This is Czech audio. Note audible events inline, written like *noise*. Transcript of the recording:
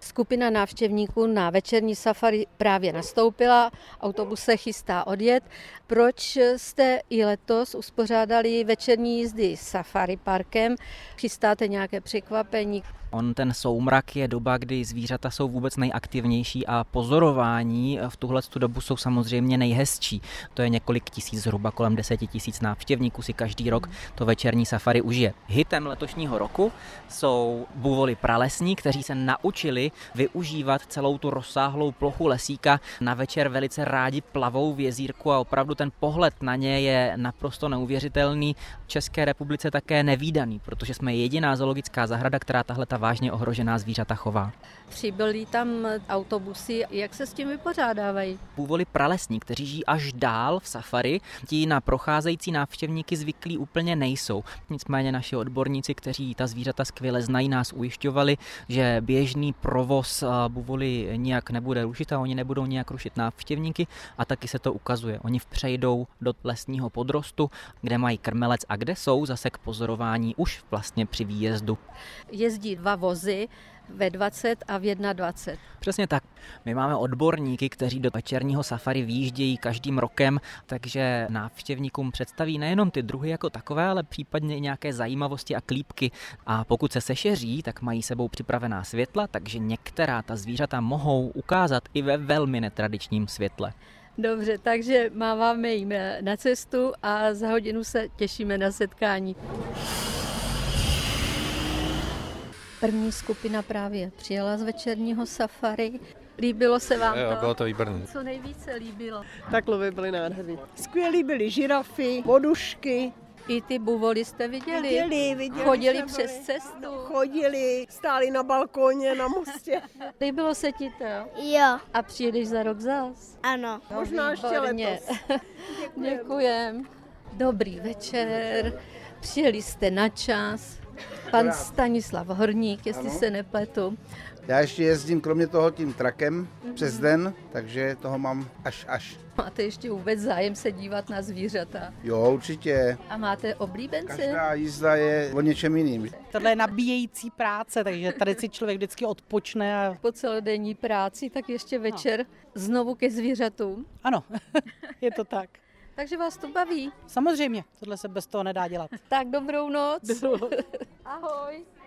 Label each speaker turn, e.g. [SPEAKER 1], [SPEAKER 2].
[SPEAKER 1] Skupina návštěvníků na večerní safari právě nastoupila, autobus se chystá odjet. Proč jste i letos uspořádali večerní jízdy safari parkem? Chystáte nějaké překvapení?
[SPEAKER 2] On ten soumrak je doba, kdy zvířata jsou vůbec nejaktivnější a pozorování v tuhle dobu jsou samozřejmě nejhezčí. To je několik tisíc, zhruba kolem deseti tisíc návštěvníků si každý rok to večerní safari užije. Hitem letošního roku jsou buvoli pralesní, kteří se naučili využívat celou tu rozsáhlou plochu lesíka. Na večer velice rádi plavou v jezírku a opravdu ten pohled na ně je naprosto neuvěřitelný. V České republice také nevýdaný, protože jsme jediná zoologická zahrada, která tahle ta vážně ohrožená zvířata chová.
[SPEAKER 1] Přibyly tam autobusy, jak se s tím vypořádávají?
[SPEAKER 2] Půvoli pralesní, kteří žijí až dál v safari, ti na procházející návštěvníky zvyklí úplně nejsou. Nicméně naši odborníci, kteří ta zvířata skvěle znají, nás ujišťovali, že běžný provoz eh, buvoli nijak nebude rušit a oni nebudou nijak rušit návštěvníky a taky se to ukazuje. Oni přejdou do lesního podrostu, kde mají krmelec a kde jsou zase k pozorování už vlastně při výjezdu.
[SPEAKER 1] Jezdí dva vozy, ve 20 a v 21.
[SPEAKER 2] Přesně tak. My máme odborníky, kteří do večerního safari výjíždějí každým rokem, takže návštěvníkům představí nejenom ty druhy jako takové, ale případně i nějaké zajímavosti a klípky. A pokud se sešeří, tak mají sebou připravená světla, takže některá ta zvířata mohou ukázat i ve velmi netradičním světle.
[SPEAKER 1] Dobře, takže máváme jim eh, na cestu a za hodinu se těšíme na setkání. První skupina právě přijela z večerního safari. Líbilo se vám
[SPEAKER 3] jo,
[SPEAKER 1] to?
[SPEAKER 3] Jo, bylo to výborné.
[SPEAKER 1] Co nejvíce líbilo?
[SPEAKER 4] Takhle byly nádherný.
[SPEAKER 5] Skvělý byly žirafy, vodušky.
[SPEAKER 1] I ty buvoly jste viděli?
[SPEAKER 5] Viděli, viděli.
[SPEAKER 1] Chodili
[SPEAKER 5] jsme
[SPEAKER 1] přes
[SPEAKER 5] byli.
[SPEAKER 1] cestu?
[SPEAKER 5] Ano, chodili, stáli na balkóně,
[SPEAKER 1] *laughs*
[SPEAKER 5] na mostě.
[SPEAKER 1] Líbilo se ti to?
[SPEAKER 6] Jo,
[SPEAKER 1] A přijedeš za rok zas?
[SPEAKER 6] ano.
[SPEAKER 5] Možná ještě
[SPEAKER 1] No, Výborně.
[SPEAKER 5] letos.
[SPEAKER 1] *laughs* Děkujem. Dobrý večer. Přijeli jste na čas. Pan Stanislav Horník, jestli ano. se nepletu.
[SPEAKER 7] Já ještě jezdím kromě toho tím trakem mm-hmm. přes den, takže toho mám až až.
[SPEAKER 1] Máte ještě vůbec zájem se dívat na zvířata?
[SPEAKER 7] Jo, určitě.
[SPEAKER 1] A máte oblíbence?
[SPEAKER 7] Každá jízda je o něčem jiným.
[SPEAKER 8] Tohle je nabíjející práce, takže tady si člověk vždycky odpočne a
[SPEAKER 1] Po celodenní práci, tak ještě večer znovu ke zvířatům.
[SPEAKER 8] ano, *laughs* je to tak.
[SPEAKER 1] Takže vás to baví.
[SPEAKER 8] Samozřejmě, tohle se bez toho nedá dělat.
[SPEAKER 1] Tak dobrou noc.
[SPEAKER 8] Dobrou.
[SPEAKER 1] Ahoj.